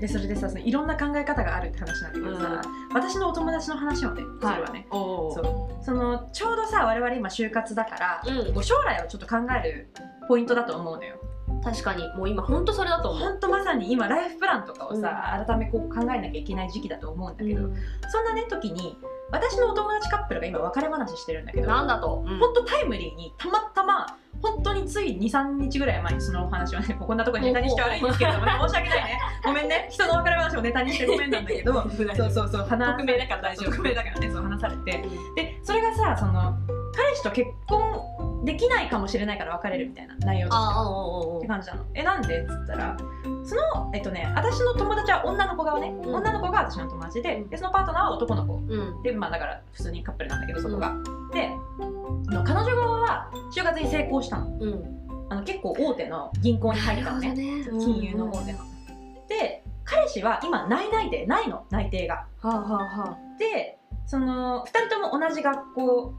でそれでさそのいろんな考え方があるって話なんだけどさ、私のお友達の話をねするわね、おそーうそのちょうどさ我々今就活だから、うんこう将来をちょっと考えるポイントだと思うのよ確かにもう今ほんとそれだと思うほんとまさに今ライフプランとかをさ、改めこう考えなきゃいけない時期だと思うんだけど、そんなね時に私のお友達カップルが今別れ話してるんだけどなん本だと、うん当タイムリーにたまたま本当につい23日ぐらい前にそのお話をねもうこんなところネタにして悪いんですけれどもね申し訳ないねごめんね人の別れ話をネタにしてごめんなんだけどそうそうそう話匿名だから大丈夫匿名だからねそう話されてでそれがさその彼氏と結婚できないかもしれないから別れるみたいな内容だったああのおっーおーおてー感じなのえなんでっつったらそのえっとね私の友達は女の子側ね、うん女の子が私の友達でうんでそのパートナーは男の子うんでまあだから普通にカップルなんだけどそこが、であの彼女側は就活に成功したのうんあの結構大手の銀行に入ったのねなるほどね金融の大手の、で彼氏は今内内でないの内定がはあはあはあでその2人とも同じ学校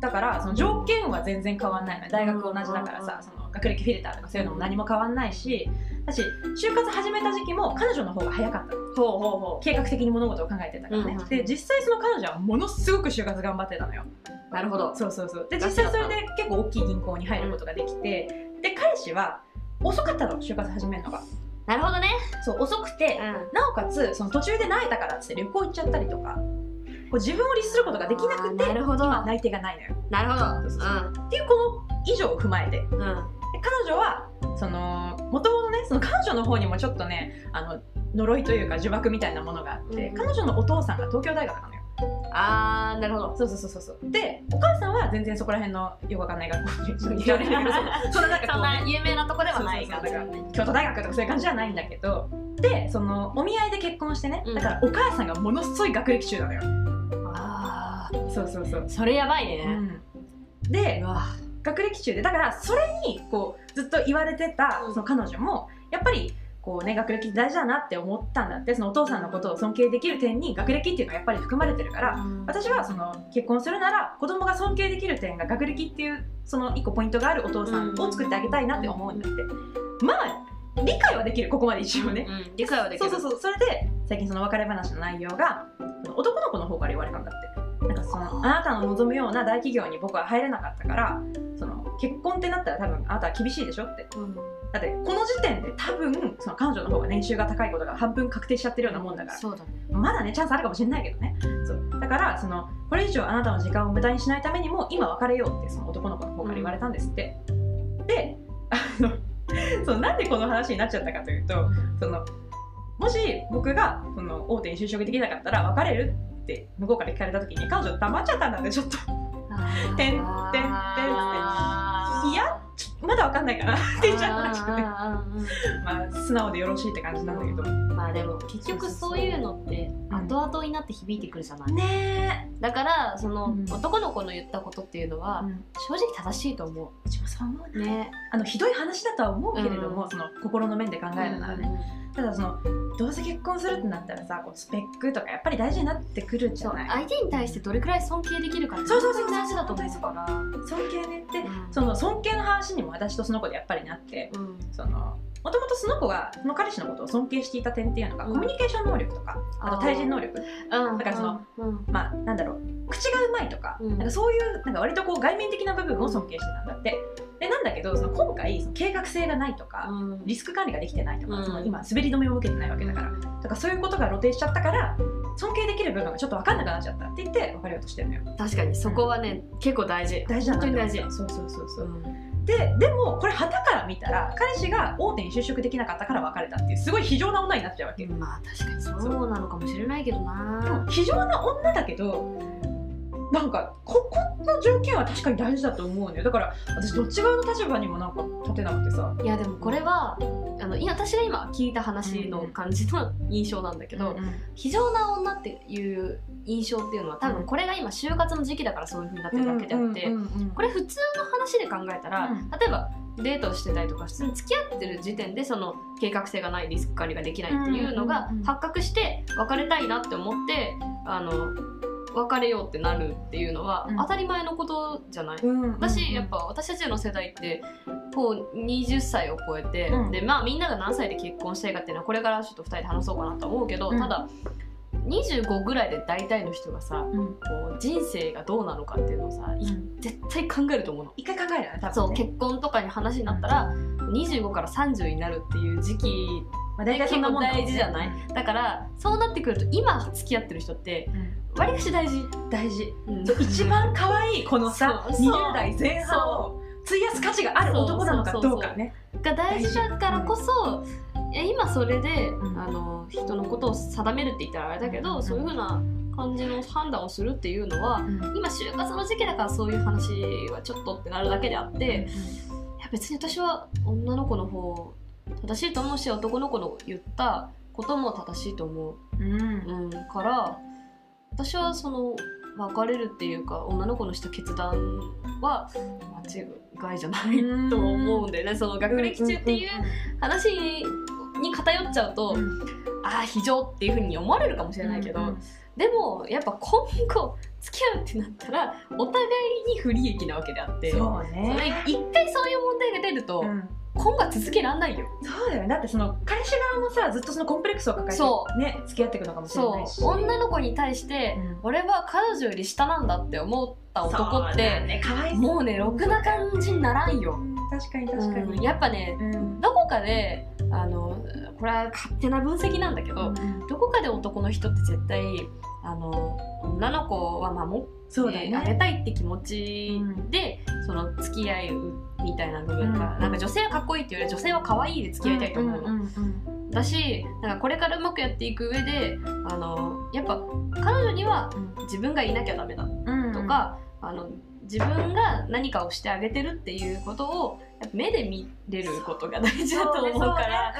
だからその条件は全然変わんないのよ大学同じだからさその学歴フィルターとかそういうのも何も変わんないしだし就活始めた時期も彼女の方が早かったのほうほうほ計画的に物事を考えてたからね、うんうんで実際その彼女はものすごく就活頑張ってたのようなるほどそうそうそうで実際それで結構大きい銀行に入ることができてで彼氏は遅かったの就活始めるのがなるほどねそう遅くてなおかつその途中で泣いたからっつって旅行行っちゃったりとかこう自分を律することができなくてあーなるほど今内定がないのよなるほそうどそうっていうこの以上を踏まえてでうんうん彼女はその元々ねその彼女の方にもちょっとねあの呪いというか呪縛みたいなものがあって、うん彼女のお父さんが東京大学なのよああなるほどそうそうそうそうそうでお母さんは全然そこら辺のよくわかんない学 校にちょっと言われるけどそうそんななんかそこんうねな有名なとこではないそうがそうそうだから京都大学とかそういう感じじゃないんだけどでそのお見合いで結婚してねうんだからお母さんがものすごい学歴中なのよ、あそうそうそうー、それやばいね、でうわ学歴中でだからそれにこうずっと言われてたうんその彼女もやっぱりこうね学歴大事だなって思ったんだってそのお父さんのことを尊敬できる点に学歴っていうのがやっぱり含まれてるから私はその結婚するなら子供が尊敬できる点が学歴っていうその一個ポイントがあるお父さんを作ってあげたいなって思うんだってまあ理解はできるここまで一応ねうん、理解はできそうるそうそうそれで最近その別れ話の内容が男の子の方から言われたんだってなんかそのあなたの望むような大企業に僕は入れなかったからその結婚ってなったら多分あなたは厳しいでしょってうんだってこの時点で多分その彼女の方が年収が高いことが半分確定しちゃってるようなもんだからそうだねまだねチャンスあるかもしれないけどねそうだからそのこれ以上あなたの時間を無駄にしないためにも今別れようってその男の子の方から言われたんですって、であのそのなんでこの話になっちゃったかというとそのもし僕がその大手に就職できなかったら別れるって向こうから聞かれた時に彼女黙っちゃったんだってちょっとあてーんてんてんっていやちょまだわかんないかなって言っちゃったらし くてあーあーあーまあ素直でよろしいって感じなんだけどまあでも結局そういうのってうん後々になって響いてくるじゃない、ねだからその、うん男の子の言ったことっていうのえ、はん、正直正しいと思うちもそう思ううねあのひどい話だとは思うけれども、うんその心の面で考えるならね、ただそのどうせ結婚するってなったらさこうスペックとかやっぱり大事になってくるじそゃうない相手に対してどれくらい尊敬できるかってそうそうそう本当に大事だと思うか尊敬ねって、うんその尊敬の話にも私とその子でやっぱりなってら、うん、そのもともとその子がその彼氏のことを尊敬していた点っていうのが、うんコミュニケーション能力とかあと対人能力うんだからその、うんまあなんだろう口がうまいとか,、うんなんかそういうなんか割とこう外面的な部分を尊敬してたんだってでなんだけどその今回その計画性がないとか、うんリスク管理ができてないとか、うんその今滑り止めを受けてないわけだから、とかそういうことが露呈しちゃったから尊敬できる部分がちょっと分かんなくなっちゃったって言って別れようとしてるのよ確かにそこはね、結構大事大事だなって思った本当に大そうそうそうそう、うんででもこれ旗から見たら彼氏が大手に就職できなかったから別れたっていうすごい非情な女になっちゃうわけ、まあ確かにそうなのかもしれないけどでなも非情な女だけどなんかここの条件は確かに大事だと思うのよだから私どっち側の立場にもなんか立てなくてさいやでもこれはあのいや私が今聞いた話の感じの印象なんだけけど、ど、非常な女っていう印象っていうのは多分これが今就活の時期だからそういう風になってるわけであって、これ普通の話で考えたら、うん例えばデートしてたりとか普通に付き合ってる時点でその計画性がないリスク管理ができないっていうのうんがうんうん発覚して別れたいなって思ってあの別れようってなるっていうのはうん当たり前のことじゃない、うんうんうんだしやっぱ私たちの世代ってこう20歳を超えて、うんでまあみんなが何歳で結婚したいかっていうのはこれからちょっと2人で話そうかなとは思うけど、うんただ25ぐらいで大体の人がさうんこう人生がどうなのかっていうのをさい絶対考えると思うの。一回考えるよね多分ねそう結婚とかに話になったら25から30になるっていう時期まあ、大体そんなもんだもんね結構大事じゃないだからそうなってくると今付き合ってる人ってうんわりかし大事、大事うんそう一番可愛いこのさそうそう20代前半を費やす価値がある男なのかどうかねが大事だからこそいや今それで、うんあの人のことを定めるって言ったらあれだけど、うんそういうふうな感じの判断をするっていうのはうん今就活の時期だからそういう話はちょっとってなるだけであって、いや別に私は女の子の方正しいと思うし男の子の言ったことも正しいと思う。うんうんうん、から私はその別れるっていうか女の子のした決断は間違いじゃないと思うんだよねその学歴中っていう話に偏っちゃうと、うんああ非常っていうふうに思われるかもしれないけど、でもやっぱ今後付き合うってなったらお互いに不利益なわけであってそうそねれ一回そういう問題が出ると、うん今後は続けらんないよ。そうだよねだってその彼氏側もさずっとそのコンプレックスを抱えそてね付き合っていくのかもしれそないうし女の子に対して、うん俺は彼女より下なんだって思った男っそうだてねかわいそうもうねろくな感じにならんよ、確かに確かうんにやっぱねうんどこかであのこれは勝手な分析なんだけど、どこかで男の人って絶対あの女の子は守っそうだてあげねたいって気持ちで、その付き合いみたいな部分が、うんなんか女性はかっこいいっていうより女性は可愛いで付き合いたいと思うの、んんうんだしなんかこれからうまくやっていく上であのやっぱ彼女には自分がいなきゃダメだうんとか、あの自分が何かをしてあげてるっていうことをやっぱ目で見れることが大事だと思うから。あ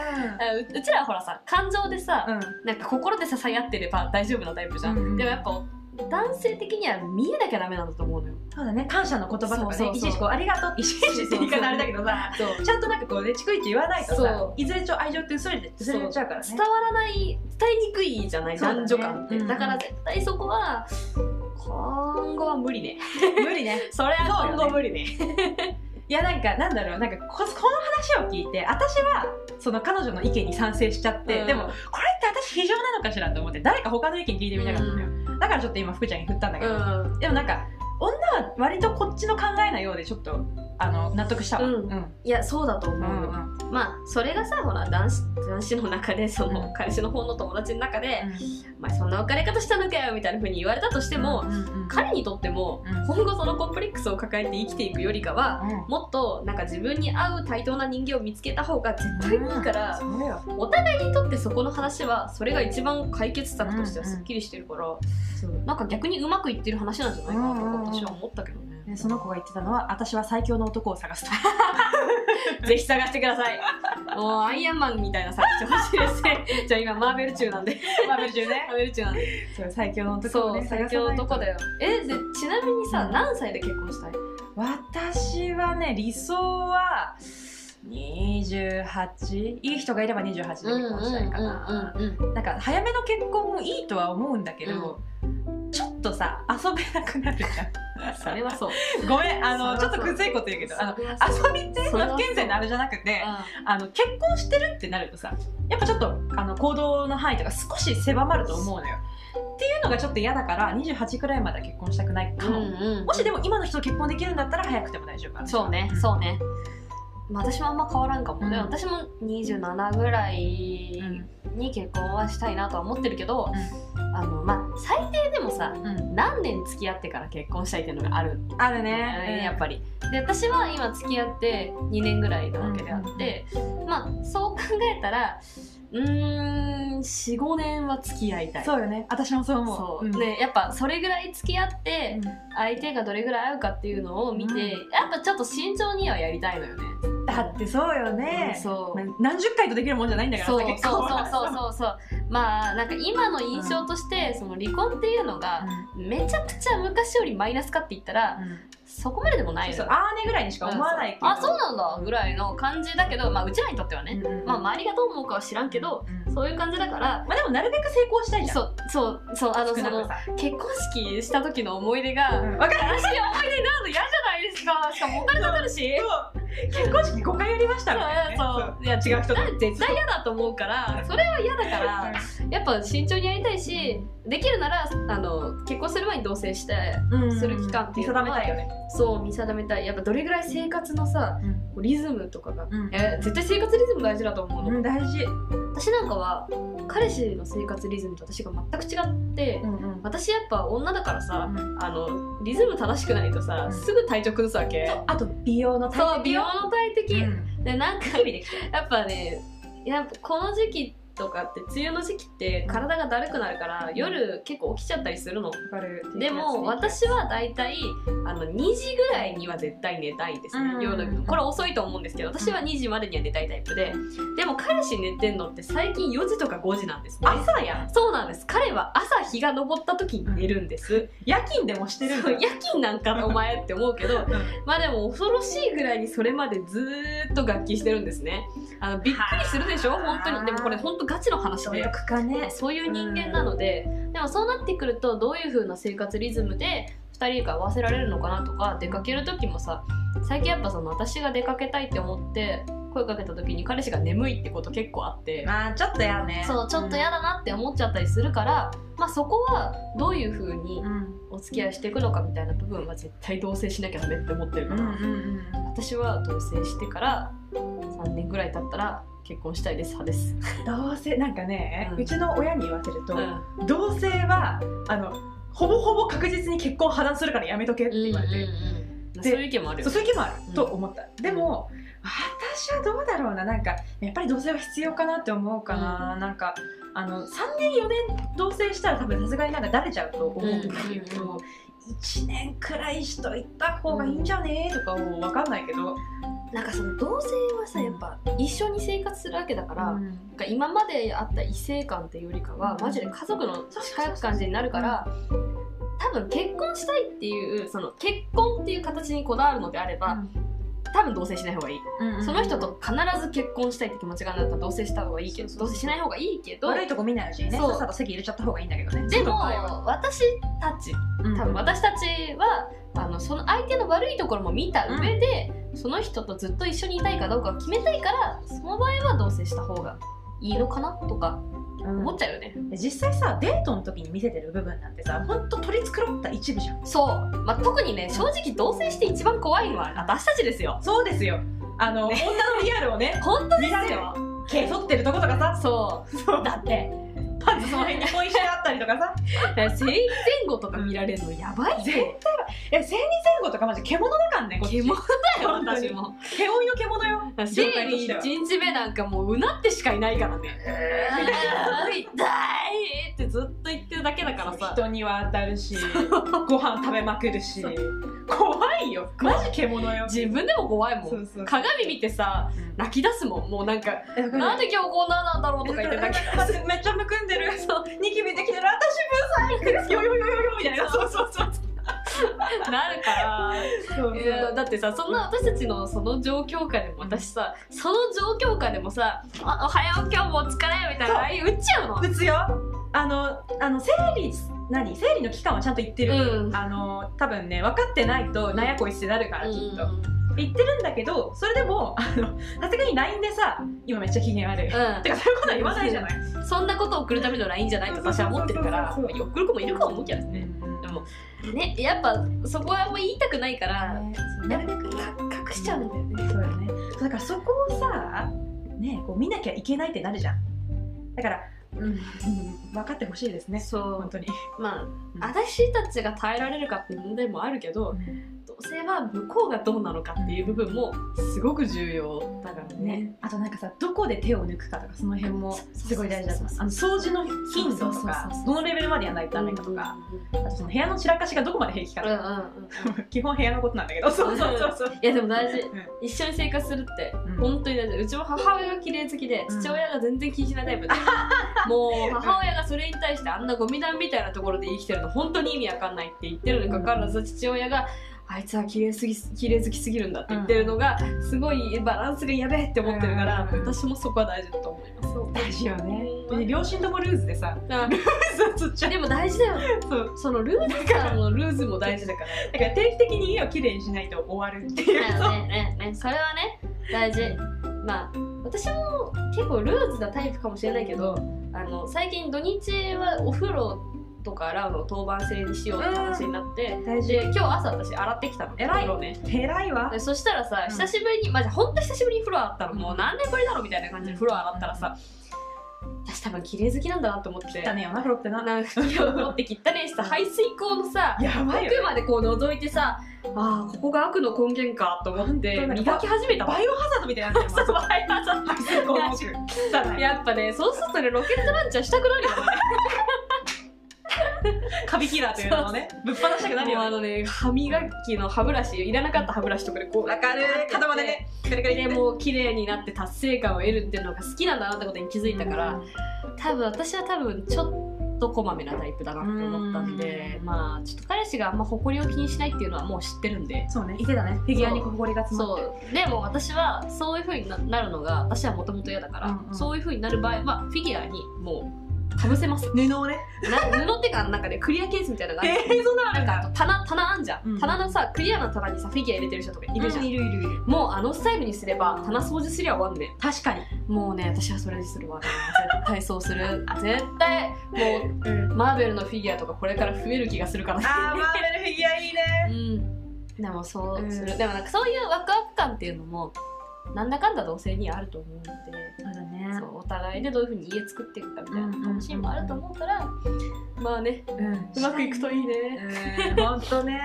ううちらはほらさ感情でさ、うんなんか心で支え合ってれば大丈夫なタイプじゃん、うんうんでもやっぱ男性的には見えなきゃダメなんだと思うのよそうだね感謝の言葉とかそうそうねそういちいちこうありがとうっていちいちって言い方あれだけどさそうちゃんとなんかこうね逐一言わないとそうさいずれちょ愛情って薄れて薄れちゃうから伝ねわらない伝えにくいじゃない、そうだね男女間って、うんうんだから絶対そこは今後は無理ね無理ねそれは今今後後無無理理ね いやなんかなんだろうなんかここの話を聞いて私はその彼女の意見に賛成しちゃって、うんでもこれって私非常なのかしらと思って誰か他の意見聞いてみたかったのよ、だからちょっと今福ちゃんに振ったんだけど、んでもなんか女は割とこっちの考えなようでちょっとあの納得したわうんうんうんいやそうだと思ううよ、んまあそれがさほら男子男子の中でその、うん彼氏の方の友達の中で「まあそんな別れ方したのかよ」みたいな風に言われたとしてでも、うんうん彼にとっても、うん今後そのコンプレックスを抱えて生きていくよりかはうんもっとなんか自分に合う対等な人間を見つけた方が絶対にいいから、そうよお互いにとってそこの話はそれが一番解決策としてはうんうんすっきりしてるから、なんか逆にうまくいってる話なんじゃないかなとか私は思ったけどね、でその子が言ってたのは私は最強の男を探 すとぜひ探してください。もうアイアンマンみたいな探してほしいですね。じゃあ今マーベル中なんで。マーベル中ねマーベル中なんで。そう最強の男をそね探う、最さ強ないのとこだよ。え、でちなみにさ、うん何歳で結婚したい？私はね理想は28いい人がいれば28で結婚したいかな、うんうんうんうんなんか早めの結婚もいいとは思うんだけど、ちょっとさ遊べなくなるじそれはそう。ゃんごめんあのそちょっれはそうとくずいこと言うけどあのそれはそう遊びってそれはそう不健全なあれじゃなくてうあの結婚してるってなるとさやっぱちょっとあの行動の範囲とか少し狭まると思うのよっていうのがちょっと嫌だから28くらいまでは結婚したくないかんも、うんうん。もしでも今の人と結婚できるんだったら早くても大丈夫かなそうねう、んそうね。まあ私はあんま変わらんかも。でもうん私も27ぐらいに結婚はしたいなとは思ってるけど、あのまあ最低でもさ。うん何年付き合ってから結婚したいっていうのがあるあるねね、やっぱりで私は今付き合って2年ぐらいなわけであって、まあそう考えたらうーん45年は付き合いたいそうよね私もそう思うそう、んでやっぱそれぐらい付き合ってう相手がどれぐらい合うかっていうのを見て、うんやっぱちょっと慎重にはやりたいのよね、んだってそうよねうん、そう、まあ何十回とできるもんじゃないんだからそうそう結そ婚うはそうそうそうまあなんか今の印象として、その離婚っていうのがめちゃくちゃ昔よりマイナスかって言ったら、うんそこまででもないのそようあーねぐらいにしか思わないけど、あそうなんだぐらいの感じだけどまあうちらにとってはね、うんうんまあ周りがどう思うかは知らんけど、うんそういう感じだからまあでもなるべく成功したいじゃんそうそうそうあの少そなくのさ結婚式した時の思い出が、うん悲しい思い出になるの嫌じゃないですかしかもお金かかるしそう結婚式5回やりましたみたいなねそういや違う人だだ絶対嫌だと思うからそれは嫌だから やっぱ慎重にやりたいしできるならあの結婚する前に同棲してうんする期間って見いう定のはめたいよね、そう見定めたいやっぱどれぐらい生活のさこうリズムとかが、うんえ絶対生活リズム大事だと思うの、うん大事、私なんかは彼氏の生活リズムと私が全く違って、んうん私やっぱ女だからあさ、あのリズム正しくないとさ、うんすぐ体調崩すわけあと美容のそう美容の大敵、うんでなんか日々できちゃやっぱねやっぱこの時期とかって梅雨の時期って体がだるくなるから夜結構起きちゃったりするのうわかるでも私は大体あの2時ぐらいには絶対寝たいんですね、うん夜これ遅いと思うんですけど私は2時までには寝たいタイプででも彼氏寝てんのって最近4時とか5時なんですね朝やんそうなんです彼は朝日が昇った時に寝るんです、夜勤でもしてるんそだう夜勤なんかなお前って思うけどまあでも恐ろしいぐらいにそれまでずーっと楽器してるんですねあのびっくりするでしょはあ本当にでもこれ本当ガチの話努で力家ねそういう人間なので、でもそうなってくるとどういう風な生活リズムで2人が合わせられるのかなとか出かける時もさ最近やっぱその私が出かけたいって思って声かけた時に彼氏が眠いってこと結構あって。まあちょっとやねそうちょっと嫌だなって思っちゃったりするから、まあ、そこはどういう風にうんうんお付き合いしていくのかみたいな部分は絶対同棲しなきゃダメって思ってるうかんら、うん私は同棲してから3年ぐらい経ったら結婚したいです派です。うんどうせなんかね、ううんちの親に言わせると、うん同棲はあのほぼほぼ確実に結婚破談するからやめとけって言われて、うんうんうん、そういう意見もあるよそうそうねいう気もある、うんと思ったでも私はどうだろうななんかやっぱり同棲は必要かなって思うかな、なんかあの3年4年同棲したら多分さすがになんかだれちゃうと思うんだけど、うんうんうん1年くらいしといた方がいいんじゃねえとかも分かんないけど、なんかその同性はさやっぱ一緒に生活するわけだから、うなんんか今まであった異性感っていうよりかはマジで家族の近く感じになるから多分結婚したいっていうその結婚っていう形にこだわるのであれば、多分同棲しない方がいい、その人と必ず結婚したいって気持ちがあるんだったら同棲した方がいいけどそうそうそう同棲しない方がいいけど悪いとこ見ないうちにねそうさっさと席入れちゃった方がいいんだけどねでもそういうの私たちうん多分私たちはあのその相手の悪いところも見た上で、その人とずっと一緒にいたいかどうかを決めたいからその場合は同棲した方がいいのかなとかうん思っちゃうよね、で実際さデートの時に見せてる部分なんてさほんと取り繕った一部じゃんそう、まあ、特にね正直同棲して一番怖いのは私たちですよそうですよあの、ね女のリアルを ね本当で見らすれるよ毛剃ってるとことかさそうそうだってパンツその辺にポイしてあったりとか さ生理前後とか見られるのやばいぜいや生理前後とかマジ獣だからねこっち獣だよ本当に私も毛追い の獣よ生理1日目なんかもううなってしかいないか らねあー痛いってずっと言ってるだけだからさ人には当たるしご飯食べまくるしそう怖いよマジ獣よ自分でも怖いもそんうそう鏡見てさ泣き出すもんもうなんかえだからなんで今日こんななんだろうとか言ってるだけ めっちゃむくんでるそうニキビできてる私ブサイクよよよよよみたいなそうそうそうなるからそういやだってさそんな私たちのその状況下でも私さその状況下でもさ「あおはよう今日もお疲れ」みたいそうな LINE 打っちゃうの打つよあのあの生理何生理の期間はちゃんと言ってる、うんあの多分ね分かってないとなんやこいつってなるからきっと、うん言ってるんだけどそれでもあのさすがに LINE でさ今めっちゃ機嫌悪い、てかそういうことは言わないじゃない、うんそんなことを送るための LINE じゃないと私は思ってるからそうそうそうそう送る子もいるか思うけどねでもねやっぱそこはもう言いたくないからなるべく隠しちゃうんだよねそうよねそうだからそこをさねこう見なきゃいけないってなるじゃんだから、うん、分かってほしいですねそう本当に、まうんあ、私たちが耐えられるかっていう問題もあるけど同性は向こうがどうなのかっていう部分もすごく重要だからね。ね、あとなんかさどこで手を抜くかとかその辺もすごい大事だと思いますあの掃除の頻度とかどのレベルまでやらないとダメかとかあとその部屋の散らかしがどこまで平気かうんとうんうか、んうん、基本部屋のことなんだけどそうそうそうそういやでも大事うん一緒に生活するってうん本当に大事うちも母親が綺麗好きでうん父親が全然気にしないタイ プで、もう母親がそれに対してあんなゴミ団みたいなところで生きてるの本当に意味わかんないって言ってるのにかかわらず父親があいつは綺麗すぎ綺麗好きすぎるんだって言ってるのがすごいバランスがやべえって思ってるからうん私もそこは大事だと思います。大事よねで両親ともルーズでさあ そうつっちゃう でも大事だよそうそのルーズさんのルーズも大事だからだから定期的に家をきれいにしないと終わるっていうだよねねねそれはね大事まあ私も結構ルーズなタイプかもしれないけどあの最近土日はお風呂とか洗うのを当番制にしようって話になって、大事で今日朝私洗ってきたの偉い風呂ね偉いわでそしたらさうん久しぶりに、まあじゃあほんと久しぶりに風呂洗ったのもう何年ぶりだろうみたいな感じで風呂洗ったらさ私多分綺麗好きなんだなと思って汚ねえよな風呂ってななんか拭きを取って汚ねえしさ排水口のさやばいよね奥までこう覗いてさあーここが悪の根源かと思って本当に磨き始めたバイオハザードみたいになってる そうよバイオハザード排水口の奥汚い やっぱねそうするとねロケットランチャーしたくなるよねカビキラーというのをねぶっ放したくなるもうよあねのね歯磨きの歯ブラシいらなかった歯ブラシとかでこうわかる片までねカリカリでもう綺麗になって達成感を得るっていうのが好きなんだなってことに気づいたから、多分私は多分ちょっとこまめなタイプだなって思ったんで、うんまあちょっと彼氏があんま埃を気にしないっていうのはもう知ってるんで、そうねいてたねフィギュアにこぼれが詰まってるそうでも私はそういう風にななるのが私はもともと嫌だから、うんうんそういう風になる場合はフィギュアにもうかぶせます布をね な布っていうかなんかねクリアケースみたいなの があるえーそんなのあなるんんかだあと棚棚あんじゃん、うん棚のさクリアな棚にさフィギュア入れてる人とかいるじゃん、いるいるいるもうあのスタイルにすれば棚掃除すりゃ終わんね確かにもうね私はそれにするわな絶対そうする絶対もうマーベルのフィギュアとかこれから増える気がするからねあーマーベルフィギュアいいねうんでもそうする、うんでもなんかそういうワクワク感っていうのもなんだかんだ同性にはあると思うので、そうだねそうお互いでどういうふうに家作っていくかみたいな楽しみもあると思うから、まあねうんうまくいくといいねうん、本当ね。